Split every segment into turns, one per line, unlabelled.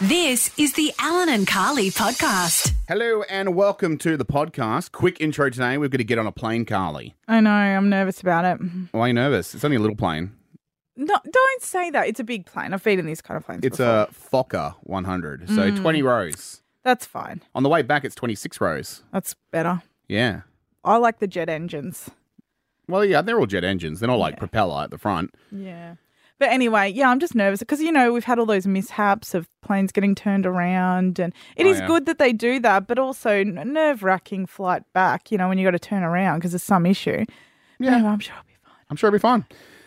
This is the Alan and Carly podcast.
Hello and welcome to the podcast. Quick intro today. We've got to get on a plane, Carly.
I know. I'm nervous about it.
Why are you nervous? It's only a little plane.
No, don't say that. It's a big plane. I've been in these kind of planes.
It's uh,
before.
a Fokker 100, so
Mm.
20 rows.
That's fine.
On the way back, it's 26 rows.
That's better.
Yeah.
I like the jet engines.
Well, yeah, they're all jet engines. They're not like propeller at the front.
Yeah. But anyway, yeah, I'm just nervous because you know we've had all those mishaps of planes getting turned around, and it
Oh,
is
yeah.
good that they do that, but also nerve wracking flight back. You know when you got to turn around because there's some issue.
Yeah.
Anyway, I'm sure I'll be fine.
I'm sure it'll be fine.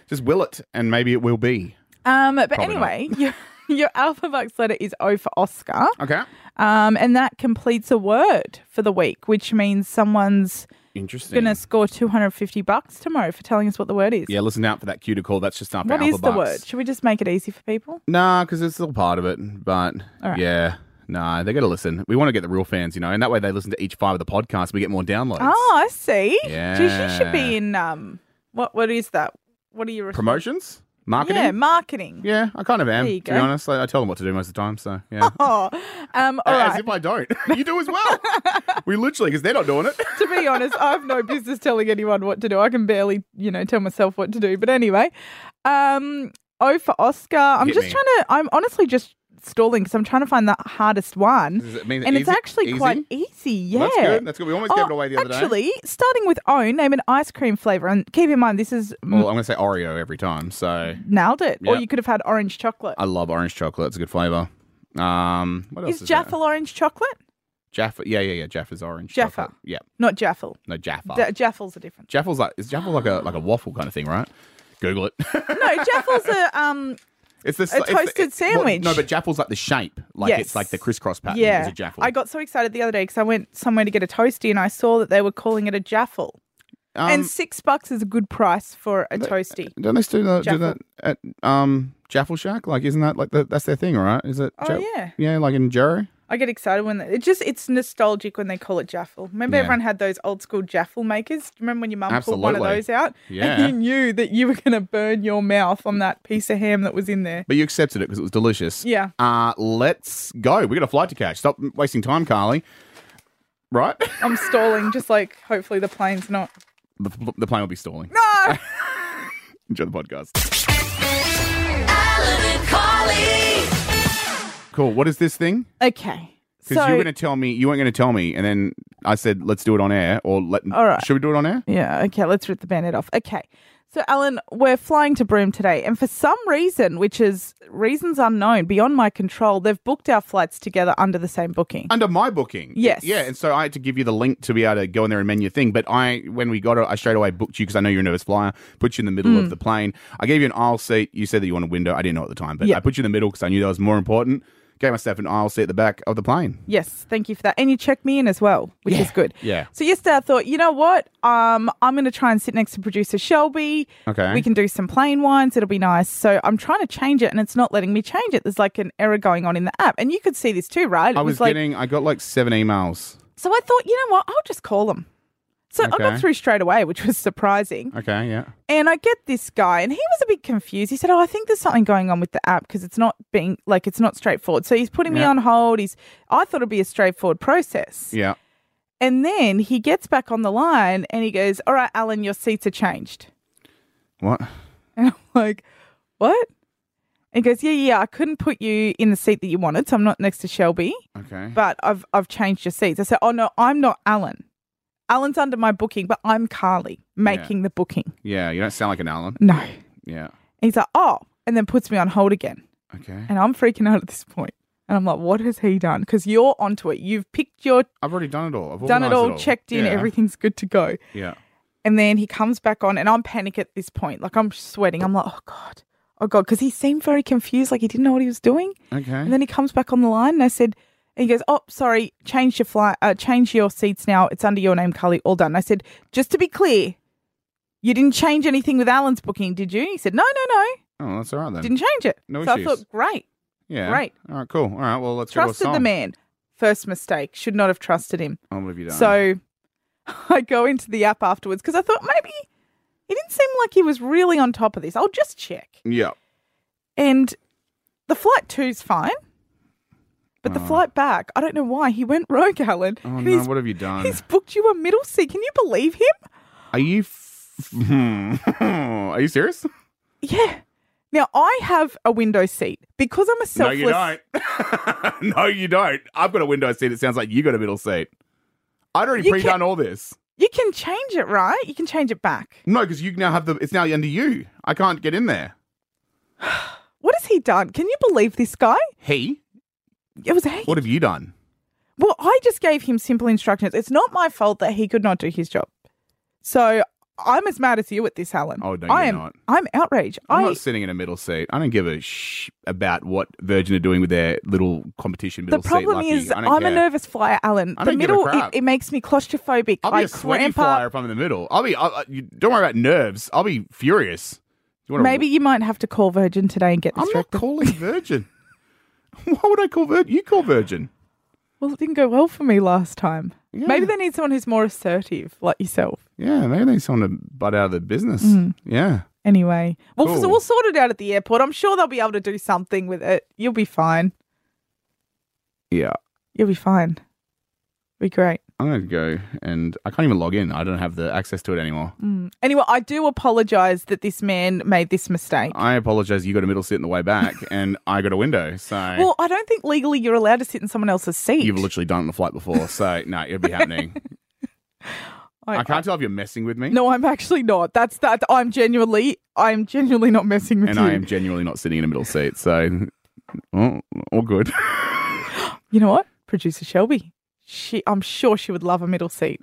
Just will it, and maybe it will be.
Um, but
Probably not.
anyway, your, your alphabet letter is O for Oscar.
Okay.
Um, and that completes a word for the week, which means someone's
Interesting.
going to score 250 bucks tomorrow for telling us what the word is.
Yeah, listen out for that cue to call. That's just after
What
Alpha
is the
Bucks.
word? Should we just make it easy for people?
Nah, because it's still part of it. But
All right.
yeah, nah, they got to listen. We want to get the real fans, you know, and that way they listen to each five of the podcasts. We get more downloads.
Oh, I see. Geez, you should
Yeah.
be in um what what is that? What are you res-
Promotions, marketing.
Yeah, marketing.
Yeah, I kind of am.
There you
To be
go.
honest, I, I tell them what to do most of the time. So yeah,
Oh, um, all
as
right.
if I don't. you do as well. we literally, because they're not doing it.
to be honest, I have no business telling anyone what to do. I can barely, you know, tell myself what to do. But anyway, um, O for Oscar. I'm
Hit
just
me.
trying to. I'm honestly just stalling because I'm trying to find the hardest one,
Does it mean
and it's
easy-
actually
easy?
quite easy. Yeah, Oh,
That's good. That's good. We almost gave it away the other day.
actually, starting with O, name an ice cream flavor, and keep in mind this is
Well, I'm going to say Oreo every time. So
nailed it. Or
Yep.
you could have had orange chocolate.
I love orange chocolate. It's a good flavor. Um, what else
is
is,
Jaffa
there?
orange chocolate?
Jaffa? Yeah, yeah, yeah. Jaffa's orange.
Jaffa.
Chocolate. Yeah.
Not Jaffel.
No, Jaffa.
Da- Jaffel's a different.
Jaffel's like is Jaffel like a like a waffle kind of thing, right? Google it.
No, Jaffel's a um.
it's this
A toasted sandwich.
no, but Jaffel's like the shape, like it's
Yes.
like the crisscross pattern.
Yeah,
is a Jaffel.
I got so excited the other day because I went somewhere to get a toasty and I saw that they were calling it a jaffle.
um,
and six bucks is a good price for a toasty.
don't they still do, that- do
Jaffel.
that at um Jaffel Shack? Like, isn't that like the, that's their thing, right? Is it?
Oh, yeah.
yeah, like in Jarrow.
I get excited when they, it just it's nostalgic when they call it jaffle. Remember,
Yeah.
everyone had those old school jaffle makers. Do you remember when your mum pulled one of
Absolutely.
those out?
Yeah.
and you knew that you were going to burn your mouth on that piece of ham that was in there.
But you accepted it because it was delicious.
Yeah.
Uh, let's go. We got a flight to catch. Stop wasting time, Carly. Right?
I'm stalling, just like hopefully the plane's not. Ah!
the, the plane will be stalling.
No.
Enjoy the podcast.
Alan and Carly.
Cool. What is this thing?
okay.
Because
So
you were going to tell me, you weren't going to tell me, and then I said, "Let's do it on air," or let.
All right.
Should we do it on air?
Yeah, okay, let's rip the bandit off. Okay. So, Alan, we're flying to Broome today, and for some reason, which is reasons unknown, beyond my control, they've booked our flights together under the same booking.
Under my booking.
Yes.
Yeah, and so I had to give you the link to be able to go in there and menu thing. But I, when we got it, I straight away booked you because I know you're a nervous flyer. Put you in the middle
Hmm.
of the plane. I gave you an aisle seat. You said that you wanted window. I didn't know at the time, but
Yeah.
I put you in the middle because I knew that was more important. Gave myself an aisle seat at the back of the plane.
Yes, thank you for that. And you checked me in as well, which is good.
yeah.
So yesterday I thought, you know what? Um, I'm going to try and sit next to producer Shelby.
Okay.
We can do some plain wines. It'll be nice. So I'm trying to change it, and it's not letting me change it. There's like an error going on in the app, and you could see this too, right? It
I was,
like,
getting. I got like seven emails.
so I thought, you know what? I'll just call them. So I
Okay.
got through straight away, which was surprising.
Okay. Yeah.
And I get this guy, and he was a bit confused. He said, "Oh, I think there's something going on with the app because it's not being like it's not straightforward." So he's putting me
Yeah.
on hold. He's I thought it'd be a straightforward process,
Yeah.
and then he gets back on the line and he goes, "All right, Alan, your seats are changed."
What?
And I'm like, "What?" And he goes, "Yeah, yeah, I couldn't put you in the seat that you wanted, so I'm not next to Shelby,
Okay.
but I've I've changed your seats." I said, "Oh no, I'm not Alan. Alan's under my booking, but I'm Carly making the booking."
yeah. You don't sound like an Alan.
No.
Yeah.
He's like, oh, and then puts me on hold again.
Okay.
And I'm freaking out at this point. And I'm like, what has he done? Because you're onto it. You've picked your,
I've already done it all. I've
done it
organised
all, checked in,
Yeah.
everything's good to go.
Yeah.
And then he comes back on, and I'm panic at this point. Like, I'm sweating. I'm like, oh, God. Oh, God. Because he seemed very confused, like he didn't know what he was doing.
Okay.
And then he comes back on the line, and I said, and he goes, oh, sorry, change your flight, uh, change your seats now. It's under your name, Carly. All done. I said, just to be clear, you didn't change anything with Alan's booking, did you? He said, no, no, no.
Oh, that's all right then.
Didn't change it.
No
so
issues.
I thought, great.
yeah.
great.
All right, cool. All right, well, let's go to a
Trusted the
song.
man. First mistake. Should not have trusted him.
Oh, what have you done?
So I go into the app afterwards because I thought maybe he didn't seem like he was really on top of this. I'll just check.
yeah.
And the flight two's fine. But the flight back, I don't know why, he went rogue, Alan.
Oh
And
no,
he's,
what have you done?
he's booked you a middle seat. Can you believe him?
Are you? F- hmm. Are you serious?
Yeah. Now I have a window seat because I'm a selfless.
No, you don't. no, you don't. I've got a window seat. It sounds like you got a middle seat. I'd already
You
pre-done all this.
You can change it, right? You can change it back.
No, because you now have the. It's now under you. I can't get in there.
What has he done? Can you believe this guy?
He.
It was he.
What have you done?
Well, I just gave him simple instructions. It's not my fault that he could not do his job. So I'm as mad as you at this, Alan.
Oh, no,
I
you're
am,
not.
I'm outraged.
I'm
I-
not sitting in a middle seat. I don't give a sh about what Virgin are doing with their little competition
the
middle
problem
seat.
is,
Lucky. I
I'm
don't
a
care.
nervous flyer, Alan.
I
the
don't give a
middle, it,
crap.
it makes me claustrophobic.
I'll be
I
a sweaty
cramp
flyer
up.
if I'm in the middle. I'll be. I, I, you, don't worry about nerves. I'll be furious. You wanna-
Maybe you might have to call Virgin today and get this
I'm not
rectified.
calling Virgin. Why would I call Virgin? You call Virgin.
Well, it didn't go well for me last time.
Yeah.
Maybe they need someone who's more assertive, like yourself.
Yeah, maybe they need someone to butt out of the business. Yeah.
Anyway, well, so
Cool.
we'll sort it out at the airport. I'm sure they'll be able to do something with it. You'll be fine.
Yeah.
You'll be fine. Be great.
I'm going to go and I can't even log in. I don't have the access to it anymore.
Anyway, I do apologize that this man made this mistake.
I apologize. You got a middle seat in the way back and I got a window. So
Well, I don't think legally you're allowed to sit in someone else's seat.
you've literally done it on the flight before. So no, it'll be happening.
I-
I can't tell if you're messing with me.
No, I'm actually not. That's that. I'm genuinely, I'm genuinely not messing with
And
you.
I am genuinely not sitting in a middle seat. So oh, all good.
You know what, producer Shelby? She, I'm sure she would love a middle seat.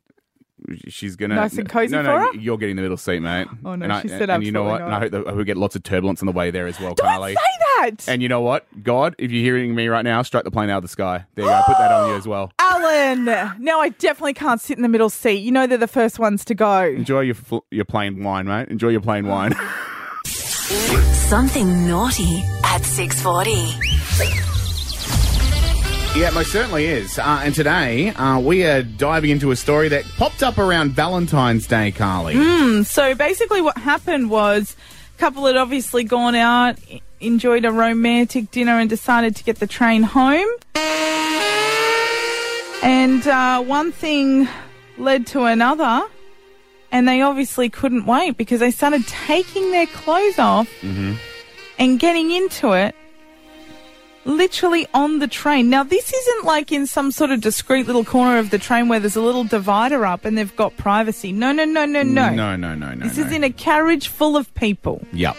She's gonna
Nice and cozy
No,
for
no,
her?
you're getting the middle seat, mate.
Oh, no,
and I,
she said
and you know
absolutely
what? And
not.
I hope that we get lots of turbulence on the way there as well,
Don't
Carly.
say that,
And you know what, God, if you're hearing me right now, strike the plane out of the sky. There you go. I put that on you as well.
Alan. Now I definitely can't sit in the middle seat. You know they're the first ones to go.
Enjoy your fl- your plain wine, mate. Enjoy your plain wine.
Something naughty at 640.
yeah, it most certainly is. Uh, and today uh, we are diving into a story that popped up around Valentine's Day, Carly.
Mm, Um, So basically, what happened was a couple had obviously gone out, e- enjoyed a romantic dinner, and decided to get the train home. And uh, one thing led to another, and they obviously couldn't wait because they started taking their clothes off and getting into it. Literally on the train. Now, this isn't like in some sort of discreet little corner of the train where there's a little divider up and they've got privacy. No, no, no, no, no.
no, no, no, no.
This
no.
is in a carriage full of people.
Yep,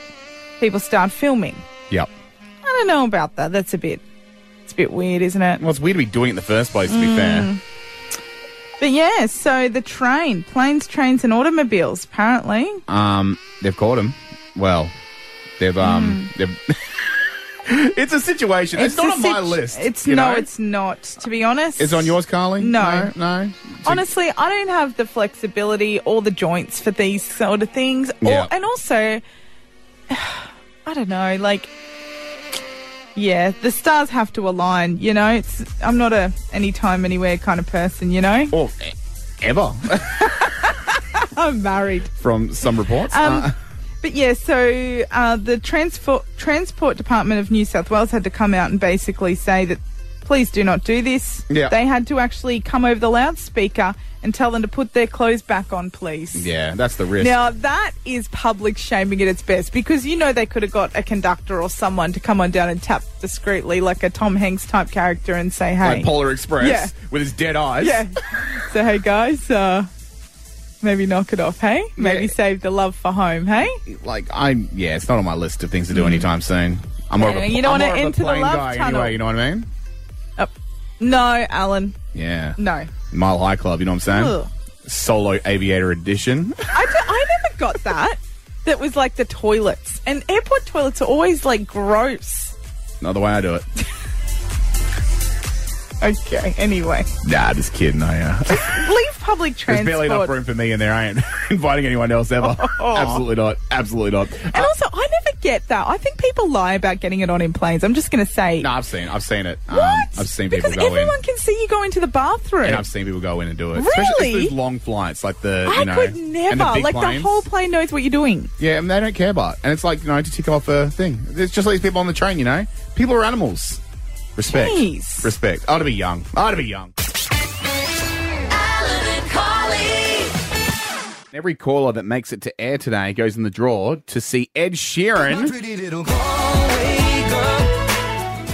People start filming.
yep.
I don't know about that. That's a bit. It's a bit weird, isn't it?
Well, it's weird to be doing it in the first place. To
Mm.
be fair,
But yeah, so the train, planes, trains, and automobiles. Apparently,
um, they've caught him. Well, they've um, they've. it's a situation. It's, not
Hmm. a
on my
sit-
list.
It's
you
no,
know?
it's not. To be honest,
It's on yours, Carly.
No.
no. no? So-
Honestly, I don't have the flexibility or the joints for these sort of things. Or,
Yeah.
And also, I don't know, like, yeah, the stars have to align, you know? It's, I'm not a anytime, anywhere kind of person, you know?
or e- ever
I'm married.
from some reports.
Um,
Uh,
But yeah, so uh, the transport transport department of New South Wales had to come out and basically say that please do not do this.
Yeah.
They had to actually come over the loudspeaker and tell them to put their clothes back on, please.
yeah, that's the risk.
Now that is public shaming at its best because you know they could have got a conductor or someone to come on down and tap discreetly like a Tom Hanks type character and say, "Hey,
like Polar Express
Yeah.
with his dead eyes.
yeah, so hey guys, uh, maybe knock it off, hey? Maybe
Yeah.
save the love for home, hey?"
Like I'm yeah, it's not on my list of things to do anytime soon. I'm more of
Hmm. Yeah,
a
you don't
I'm
wanna
more of a
enter the
plain
love
guy
tunnel.
anyway, you know what I mean?
Oh, no, Alan,
Yeah.
no.
Mile High Club, you know what I'm saying?
Ugh.
Solo Aviator Edition.
I, d- I never got that. That was like the toilets, and airport toilets are always like gross.
not the way I do it.
Okay, anyway,
Nah, just kidding, I uh,
leave public
There's
transport. Oh.
barely enough room for me in there. I ain't inviting anyone else ever. Absolutely not. Absolutely not.
And also, I never get that. I think people lie about getting it on in planes. I'm just going to say.
No, I've seen I've seen it. Um,
What?
I've seen
because
people go in.
everyone can see you go into the bathroom.
And I've seen people go in and do it.
Really?
Especially those long flights, like the
I
you know,
could
and
never.
big
like
planes.
the whole plane knows what you're doing.
Yeah, and they don't care about. it. And it's like you know to tick off a thing. It's just like these people on the train. You know, people are animals. Respect.
Jeez.
Respect. I ought to be young. I ought to be young.
Alan and Carly.
Every caller that makes it to air today goes in the draw to see Ed Sheeran.
Pretty little Galway girl.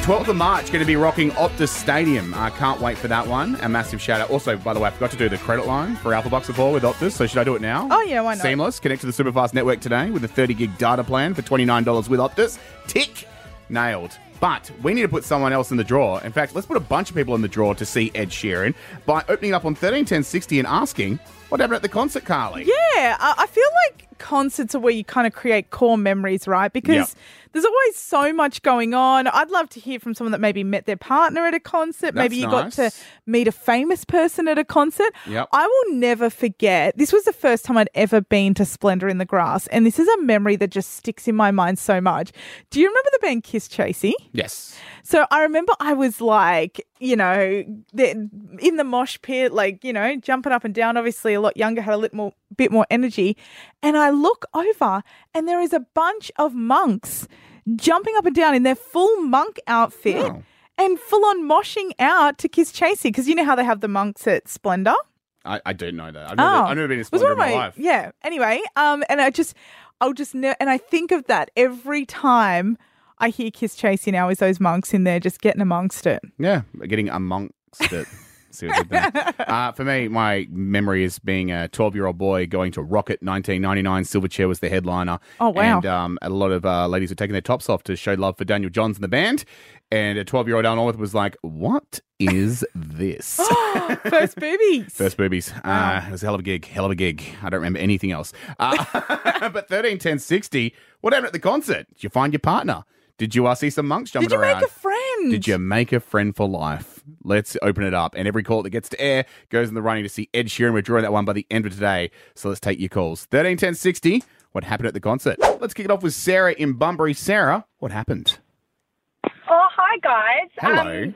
12th of March, going to be rocking Optus Stadium. I can't wait for that one. A massive shout out. Also, by the way, I forgot to do the credit line for Alpha Box Support with Optus, so should I do it now?
Oh, yeah, why not?
Seamless. Connect to the Superfast network today with a 30 gig data plan for $29 with Optus. Tick. Nailed. But we need to put someone else in the draw. In fact, let's put a bunch of people in the draw to see Ed Sheeran by opening up on 131060 and asking, what happened at the concert, Carly?
Yeah, I, I feel like concerts are where you kind of create core memories, right? Because there's always so much going on. I'd love to hear from someone that maybe met their partner at a concert. maybe you
That's
got to
nice.
meet a famous person at a concert.
Yep.
I will never forget. This was the first time I'd ever been to Splendor in the Grass, and this is a memory that just sticks in my mind so much. Do you remember the band Kiss Chasey?
Yes.
So I remember I was like, you know, the- in the mosh pit, like, you know, jumping up and down, obviously a lot younger, had a little more, bit more energy. And I look over and there is a bunch of monks jumping up and down in their full monk outfit
Wow.
and full on moshing out to Kiss Chasey. Because you know how they have the monks at Splendor?
I, I don't know that. I've never, I've never been in
Oh. was one
Splendor in
of
my life.
Yeah. Anyway, um, and I just, I'll just, ne- and I think of that every time I hear Kiss Chasey now is those monks in there just getting amongst it.
Yeah, getting amongst it. See what I did there? Uh, for me, my memory is being a 12 year old boy going to Rocket 1999. Silverchair was the headliner.
Oh, wow.
And um, a lot of uh, ladies were taking their tops off to show love for Daniel Johns and the band. And a 12 year old Arnold was like, What is this?
First boobies.
First boobies. Uh, it was a hell of a gig. Hell of a gig. I don't remember anything else. Uh, but 13, 10, 60, what happened at the concert? Did you find your partner? Did you uh, see some monks jumping
Did you
around?
make a friend?
Did you make a friend for life? Let's open it up. And every call that gets to air goes in the running to see Ed Sheeran. We're drawing that one by the end of today. So let's take your calls. 13 10 60. What happened at the concert? Let's kick it off with Sarah in Bunbury. Sarah, what happened?
Oh, hi guys.
Hello.
Um,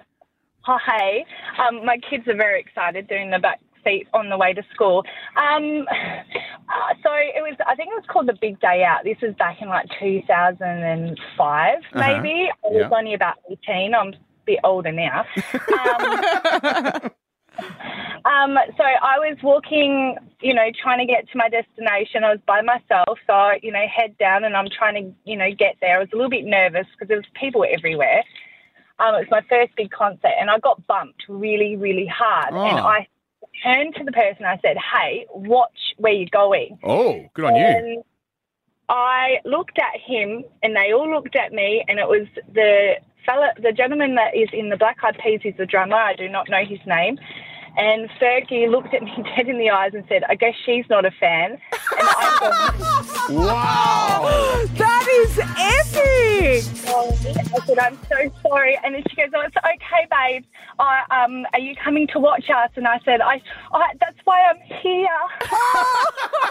hi. Um, my kids are very excited. They're in the back seat on the way to school. Um, uh, so it was. I think it was called the Big Day Out. This was back in like 2005,
Uh-huh.
maybe. I was
Yeah.
only about 18. I'm a bit older now. Um, so I was walking, you know, trying to get to my destination. I was by myself, so I, you know, head down, and I'm trying to, you know, get there. I was a little bit nervous because there was people everywhere. Um, it was my first big concert, and I got bumped really, really hard. And
Oh.
I turned to the person. I said, "Hey, watch where you're going."
oh, good on you.
And I looked at him, and they all looked at me, and it was the fella, the gentleman that is in the Black Eyed Peas. He's the drummer. I do not know his name. And Fergie looked at me dead in the eyes and said, "I guess she's not a fan." And I thought,
Wow.
that is epic.
"Oh," I said, "I'm so sorry." And then she goes, "Oh, it's okay, babes. I, um, are you coming to watch us?" And I said, "I, I that's why I'm here."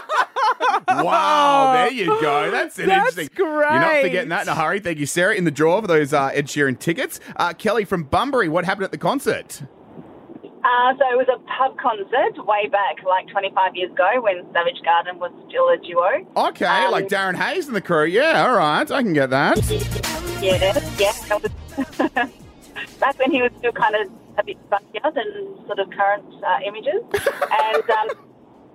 Wow, there you go. That's an
That's
interesting. You're not
great.
forgetting that in a hurry. Thank you, Sarah. In the draw for those uh, Ed Sheeran tickets. Uh, Kelly from Bunbury, what happened at the concert?
Uh, so it was a pub concert way back, like 25 years ago, when Savage Garden was still a duo.
Okay,
Um,
like Darren Hayes and the crew. Yeah, all right, I can get that.
Yeah, yeah. that was- back when he was still kind of a bit funkier than sort of current uh, images. and um,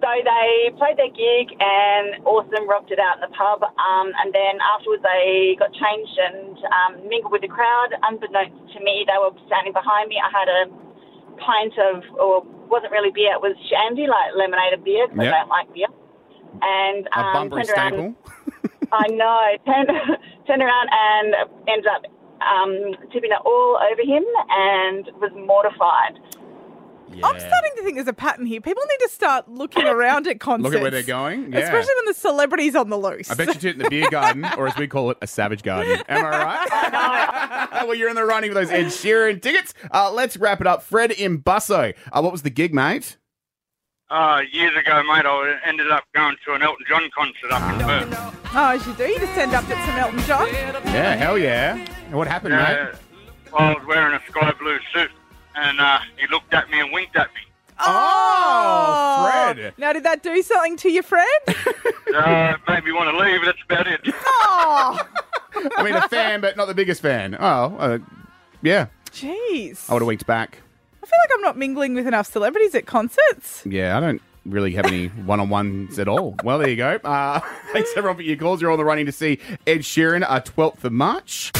so they played their gig and awesome rocked it out in the pub. Um, and then afterwards they got changed and um, mingled with the crowd. Unbeknownst to me, they were standing behind me. I had a pint of, or wasn't really beer, it was shandy, like lemonade and beer, 'cause
Yep.
I don't like beer. And
A
um,
Bunbury
turned around-
staple.
I know. Turned, turned around and ended up um, tipping it all over him and was mortified.
I'm starting to think there's a pattern here. People need to start looking around at concerts.
Look at where they're going. Yeah.
Especially when the celebrity's on the loose.
I bet you did it in the beer garden, or as we call it, a savage garden. Am I right? well, you're in the running with those Ed Sheeran tickets. Uh, let's wrap it up. Fred in Busso. Uh, what was the gig, mate?
Uh, years ago, mate, I ended up going to an Elton John concert up in Perth.
Oh, as you do. You just end up at some Elton John.
Yeah, hell yeah. And what happened,
Uh,
mate?
I was wearing a sky blue suit, and uh, he looked at me and winked at me.
Oh, Fred.
Now, did that do something to you, Fred?
Uh, made me want to leave. That's about it.
oh,
I mean, a fan, but not the biggest fan. Oh, uh, yeah.
Jeez.
I would have winked back.
I feel like I'm not mingling with enough celebrities at concerts.
Yeah, I don't really have any one on ones at all. Well, there you go. Uh, thanks everyone for your calls. You're on the running to see Ed Sheeran, uh, 12th of March.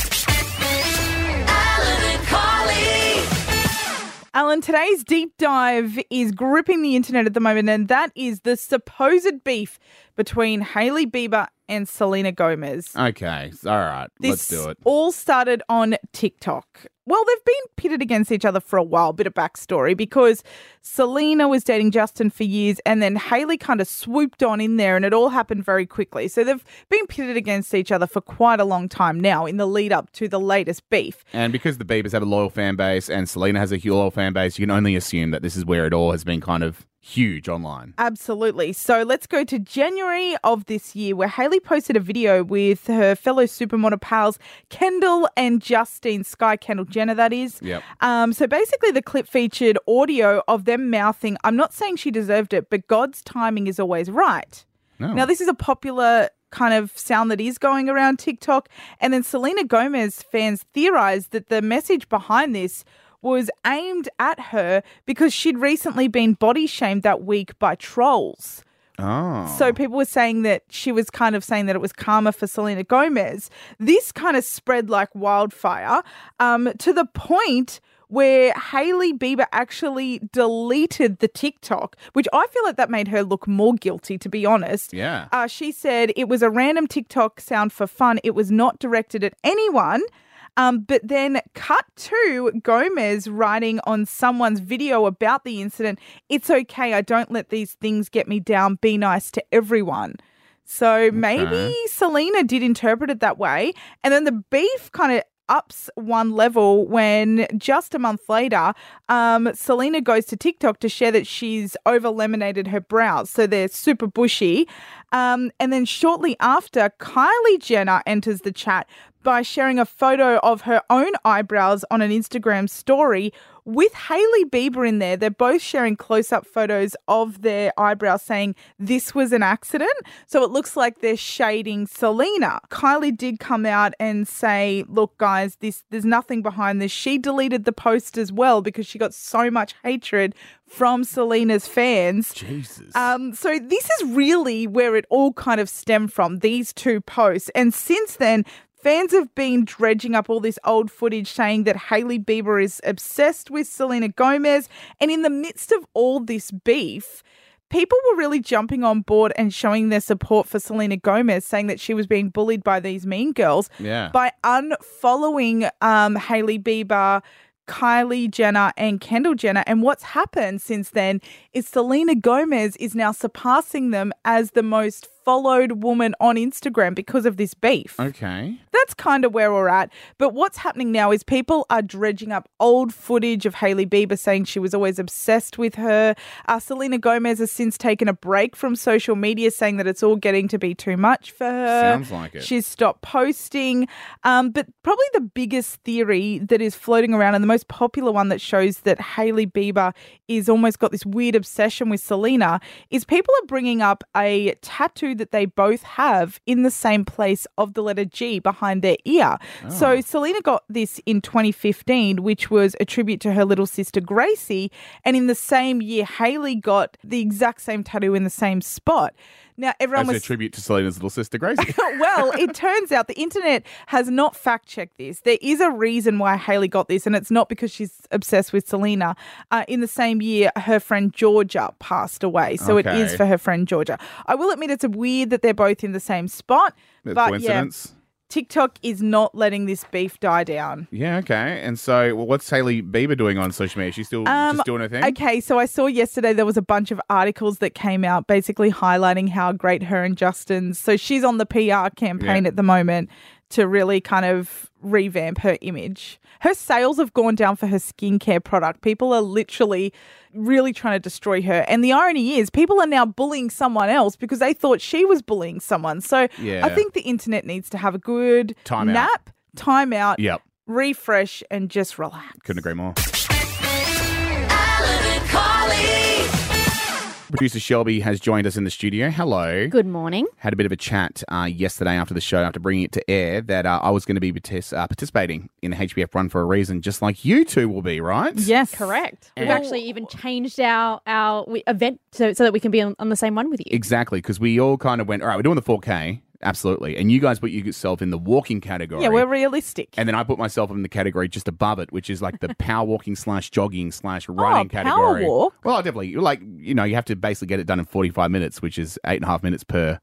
Alan and Carly.
Alan, today's deep dive is gripping the internet at the moment, and that is the supposed beef between Hailey Bieber and Selena Gomez.
Okay, all right, let's
This
do it.
all started on TikTok. Well, they've been pitted against each other for a while. Bit of backstory because Selena was dating Justin for years, and then Haley kind of swooped on in there, and it all happened very quickly. So they've been pitted against each other for quite a long time now, in the lead up to the latest beef.
And because the Beavers have a loyal fan base and Selena has a loyal fan base, you can only assume that this is where it all has been kind of huge online.
Absolutely. So let's go to January of this year, where Haley posted a video with her fellow supermodel pals Kendall and Justine Sky Kendall Jenner. That is.
Yep.
Um, so basically, the clip featured audio of them mouthing, "I'm not saying she deserved it, but God's timing is always right."
No.
Now, this is a popular kind of sound that is going around TikTok. And then Selena Gomez fans theorized that the message behind this was aimed at her because she'd recently been body shamed that week by trolls.
oh.
So people were saying that she was kind of saying that it was karma for Selena Gomez. This kind of spread like wildfire um, to the point where Hailey Bieber actually deleted the TikTok, which I feel like that made her look more guilty, to be honest.
Yeah.
Uh, she said it was a random TikTok sound for fun. It was not directed at anyone. Um, but then cut to Gomez writing on someone's video about the incident. It's okay. I don't let these things get me down. Be nice to everyone. So maybe Selena did interpret it that way. And then the beef kind of ups one level when just a month later, um, Selena goes to TikTok to share that she's over lemonated her brows. So they're super bushy. Um, and then shortly after, Kylie Jenner enters the chat by sharing a photo of her own eyebrows on an Instagram story with Hailey Bieber in there. They're both sharing close up photos of their eyebrows saying this was an accident. So it looks like they're shading Selena. Kylie did come out and say, look, guys, this there's nothing behind this. She deleted the post as well because she got so much hatred from Selena's fans.
Jesus.
Um, so this is really where it all kind of stemmed from these two posts, and since then. Fans have been dredging up all this old footage saying that Hailey Bieber is obsessed with Selena Gomez. And in the midst of all this beef, people were really jumping on board and showing their support for Selena Gomez, saying that she was being bullied by these mean girls
yeah.
by unfollowing um, Hailey Bieber, Kylie Jenner, and Kendall Jenner. And what's happened since then is Selena Gomez is now surpassing them as the most followed woman on Instagram because of this beef.
okay.
That's kind of where we're at. But what's happening now is people are dredging up old footage of Hailey Bieber saying she was always obsessed with her. Uh, Selena Gomez has since taken a break from social media, saying that it's all getting to be too much for her.
Sounds like it.
She's stopped posting. Um, but probably the biggest theory that is floating around and the most popular one that shows that Hailey Bieber is almost got this weird obsession with Selena is people are bringing up a tattoo that they both have in the same place of the letter G behind their ear.
Oh.
So Selena got this in 2015, which was a tribute to her little sister Gracie. And in the same year, Hailey got the exact same tattoo in the same spot. Now, everyone
As
was
a tribute to Selena's little sister, Gracie.
well, it turns out the internet has not fact checked this. There is a reason why Haley got this, and it's not because she's obsessed with Selena. Uh, in the same year, her friend Georgia passed away, so it is
Okay.
for her friend Georgia. I will admit it's weird that they're both in the same spot, but yeah,
Coincidence?
TikTok is not letting this beef die down.
Yeah, okay. And so, well, what's Hailey Bieber doing on social media? She's still
Um,
just doing her thing?
Okay, so I saw yesterday there was a bunch of articles that came out basically highlighting how great her and Justin's. So she's on the PR campaign
Yeah.
at the moment to really kind of revamp her image. Her sales have gone down for her skincare product. People are literally really trying to destroy her. And the irony is people are now bullying someone else because they thought she was bullying someone. So
Yeah.
I think the internet needs to have a good
Time out.
nap, time out,
Yep.
refresh and just relax.
Couldn't agree more.
Alan and Carly.
Producer Shelby has joined us in the studio. Hello.
Good morning.
Had a bit of a chat uh, yesterday after the show, after bringing it to air, that uh, I was going to be partic- uh, participating in the HBF run for a reason, just like you two will be, right?
Yes.
Correct. We've
And-
actually even changed our our we, event so, so that we can be on, on the same one with you.
Exactly, because we all kind of went, all right, we're doing the 4K, absolutely. And you guys put yourself in the walking category.
Yeah, we're realistic.
and then I put myself in the category just above it, which is like the power walking slash jogging slash running
Oh, power
category.
walk?
Well, definitely. you're Like you know, you have to basically get it done in forty five minutes, which is eight and a half minutes per.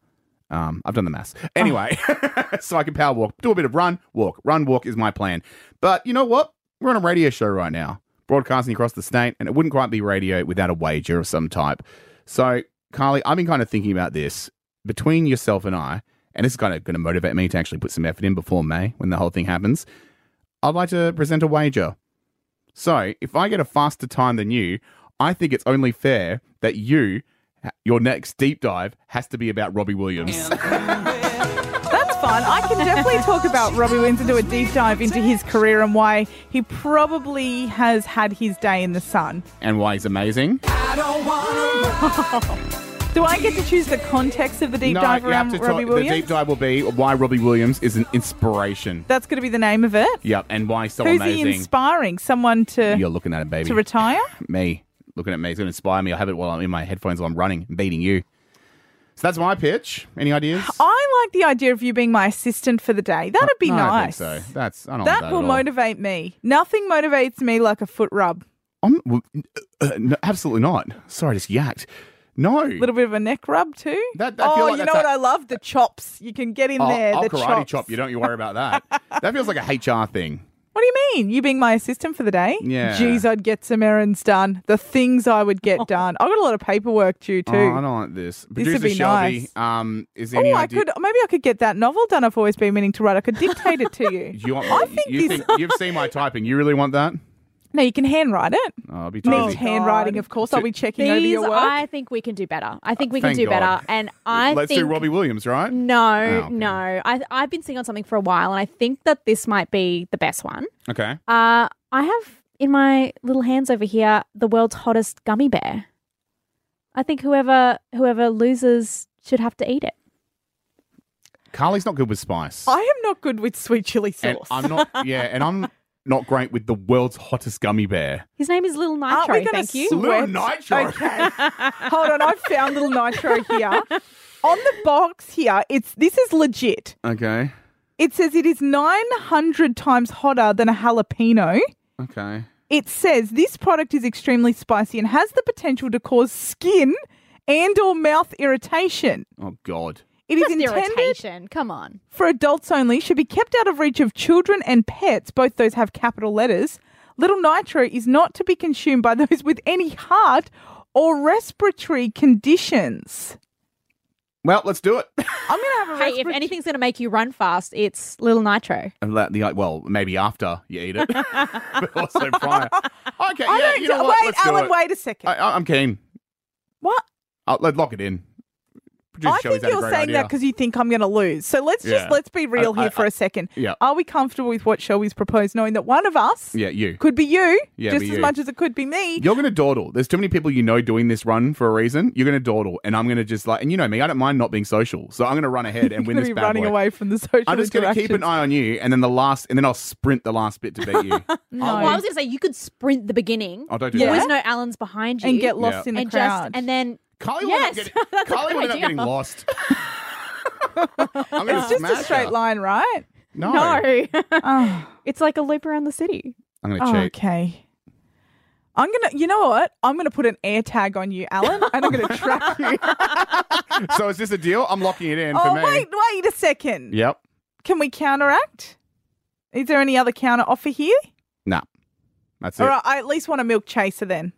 Um, I've done the
Ah.
maths anyway, so I can power walk, do a bit of run, walk, run, walk is my plan. But you know what? We're on a radio show right now, broadcasting across the state, and it wouldn't quite be radio without a wager of some type. So, Carly, I've been kind of thinking about this between yourself and I, and this is kind of going to motivate me to actually put some effort in before May when the whole thing happens. I'd like to present a wager. So, if I get a faster time than you, I think it's only fair that you, your next deep dive, has to be about Robbie Williams.
That's fun. I can definitely talk about Robbie Williams and do a deep dive into his career and why he probably has had his day in the sun.
and why he's amazing.
Do I get to choose the context of the deep
no,
dive
you have
around
to
Robbie
talk,
Williams?
The deep dive will be why Robbie Williams is an inspiration.
That's going to be the name of it.
Yep, and why he's so
Who's he
amazing.
inspiring? Someone to
You're looking at him, baby.
to retire?
me looking at me. It's going to inspire me. I have it while I'm in my headphones while I'm running, beating you. So that's my pitch. Any ideas?
I like the idea of you being my assistant for the day. Oh, That'd be
No, I don't
nice.
think so that's I don't like
That
that
will
at all.
motivate me. Nothing motivates me like a foot rub,
I'm- well, uh, uh, no, absolutely not. Sorry, I just yacked. No.
a little bit of a neck rub too.
That- I
oh,
feel like
you
that's
know what
a-
I love? The chops. You can get in
I'll,
there.
I'll
the
karate
chops.
chop you. Don't you worry about that. that feels like a HR thing.
What do you mean? You being my assistant for the day?
Yeah.
Geez, I'd get some errands done. The things I would get done. I've got a lot of paperwork due too.
Oh, I don't like this. Producer
be
Shelby,
nice.
um, is there
Oh,
any
I
idea?
could maybe I could get that novel done. I've always been meaning to write. I could dictate it to you.
You want,
I think
you
this-
think you've seen my typing. You really want that?
no, you can handwrite it.
Oh, I'll be too
Needs
busy.
handwriting, of course. I'll be checking over
These
your work.
I think we can do better. I think we can
Thank
do
God.
better. And I
Let's
think Mm.
do Robbie Williams, right?
No,
okay.
no. I I've been sitting on something for a while and I think that this might be the best one.
Okay.
Uh I have in my little hands over here the world's hottest gummy bear. I think whoever whoever loses should have to eat it.
Carly's not good with spice.
I am not good with sweet chili
and
sauce.
I'm not. Yeah, and I'm not great with the world's hottest gummy bear.
His name is Little Nitro.
Aren't we gonna
thank you.
sw-
Little
Wet.
nitro.
Okay. Hold on, I found little nitro here. On the box here, it's this is legit.
Okay.
It says it is 900 times hotter than a jalapeno.
Okay.
It says this product is extremely spicy and has the potential to cause skin and or mouth irritation.
Oh God.
It is
Just
intended
irritation. Come on.
for adults only, should be kept out of reach of children and pets. Both those have capital letters. Little nitro is not to be consumed by those with any heart or respiratory conditions.
Well, let's do it.
I'm going to have a
Hey, if
respiratory-
anything's going to make you run fast, it's Little Nitro.
And let the well, maybe after you eat it, but also prior. Okay.
I
yeah.
don't
You know
d-
what?
wait,
let's do
Alan,
it.
wait a second.
I, I- I'm keen.
what?
I'll, let lock it in. Producer
I
Shelley's
think
had a
you're
great
saying
idea.
that because you think I'm going to lose. So let's
Yeah.
just let's be real
I- I-
here for a second.
Yeah.
Are we comfortable with what Shelby's proposed, knowing that one of us
Yeah, you.
could be you
Yeah,
just
be
as
you.
much as it could be me?
You're going to dawdle. There's too many people you know doing this run for a reason. You're going to dawdle, and I'm going to just like, and you know me, I don't mind not being social, so I'm going to run ahead and win
Gonna
this
be
bad
running
boy.
away from the social.
I'm just going to keep an
interactions.
eye on you, and then the last, and then I'll sprint the last bit to beat you.
Oh, well, I was going to say you could sprint the beginning.
Oh, don't do
Always
that.
know Alan's behind you
and get lost
Yeah.
in the
and
crowd.
just and then
Carly
Yes,
will end up getting,
that's a
Carly will end
good
up
idea.
getting lost. I'm going to
it's just
smash
a straight
her.
line, right?
No,
no,
Oh,
it's like a loop around the city.
I'm going to
oh,
cheat.
okay. I'm gonna. You know what? I'm gonna put an air tag on you, Alan, and I'm gonna track you.
So is this a deal? I'm locking it in
oh
for me.
wait, wait a second.
Yep.
Can we counteract? Is there any other counter offer here?
Nah. That's it.
All right, I at least want a milk chaser then.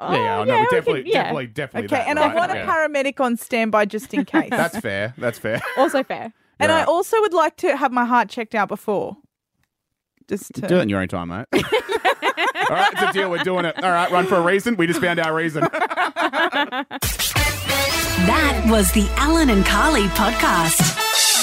Oh,
Yeah, yeah, I know.
we
definitely,
could- yeah.
definitely, definitely.
Okay,
that,
and
right?
I want
Yeah.
a paramedic on standby just in case.
That's fair. That's fair.
Also fair.
and I
Yeah.
also would like to have my heart checked out before. Just to,
Do it in your own time, mate. All right, it's a deal. We're doing it. All right, run for a reason. We just found our reason.
That was the Alan and Carly podcast.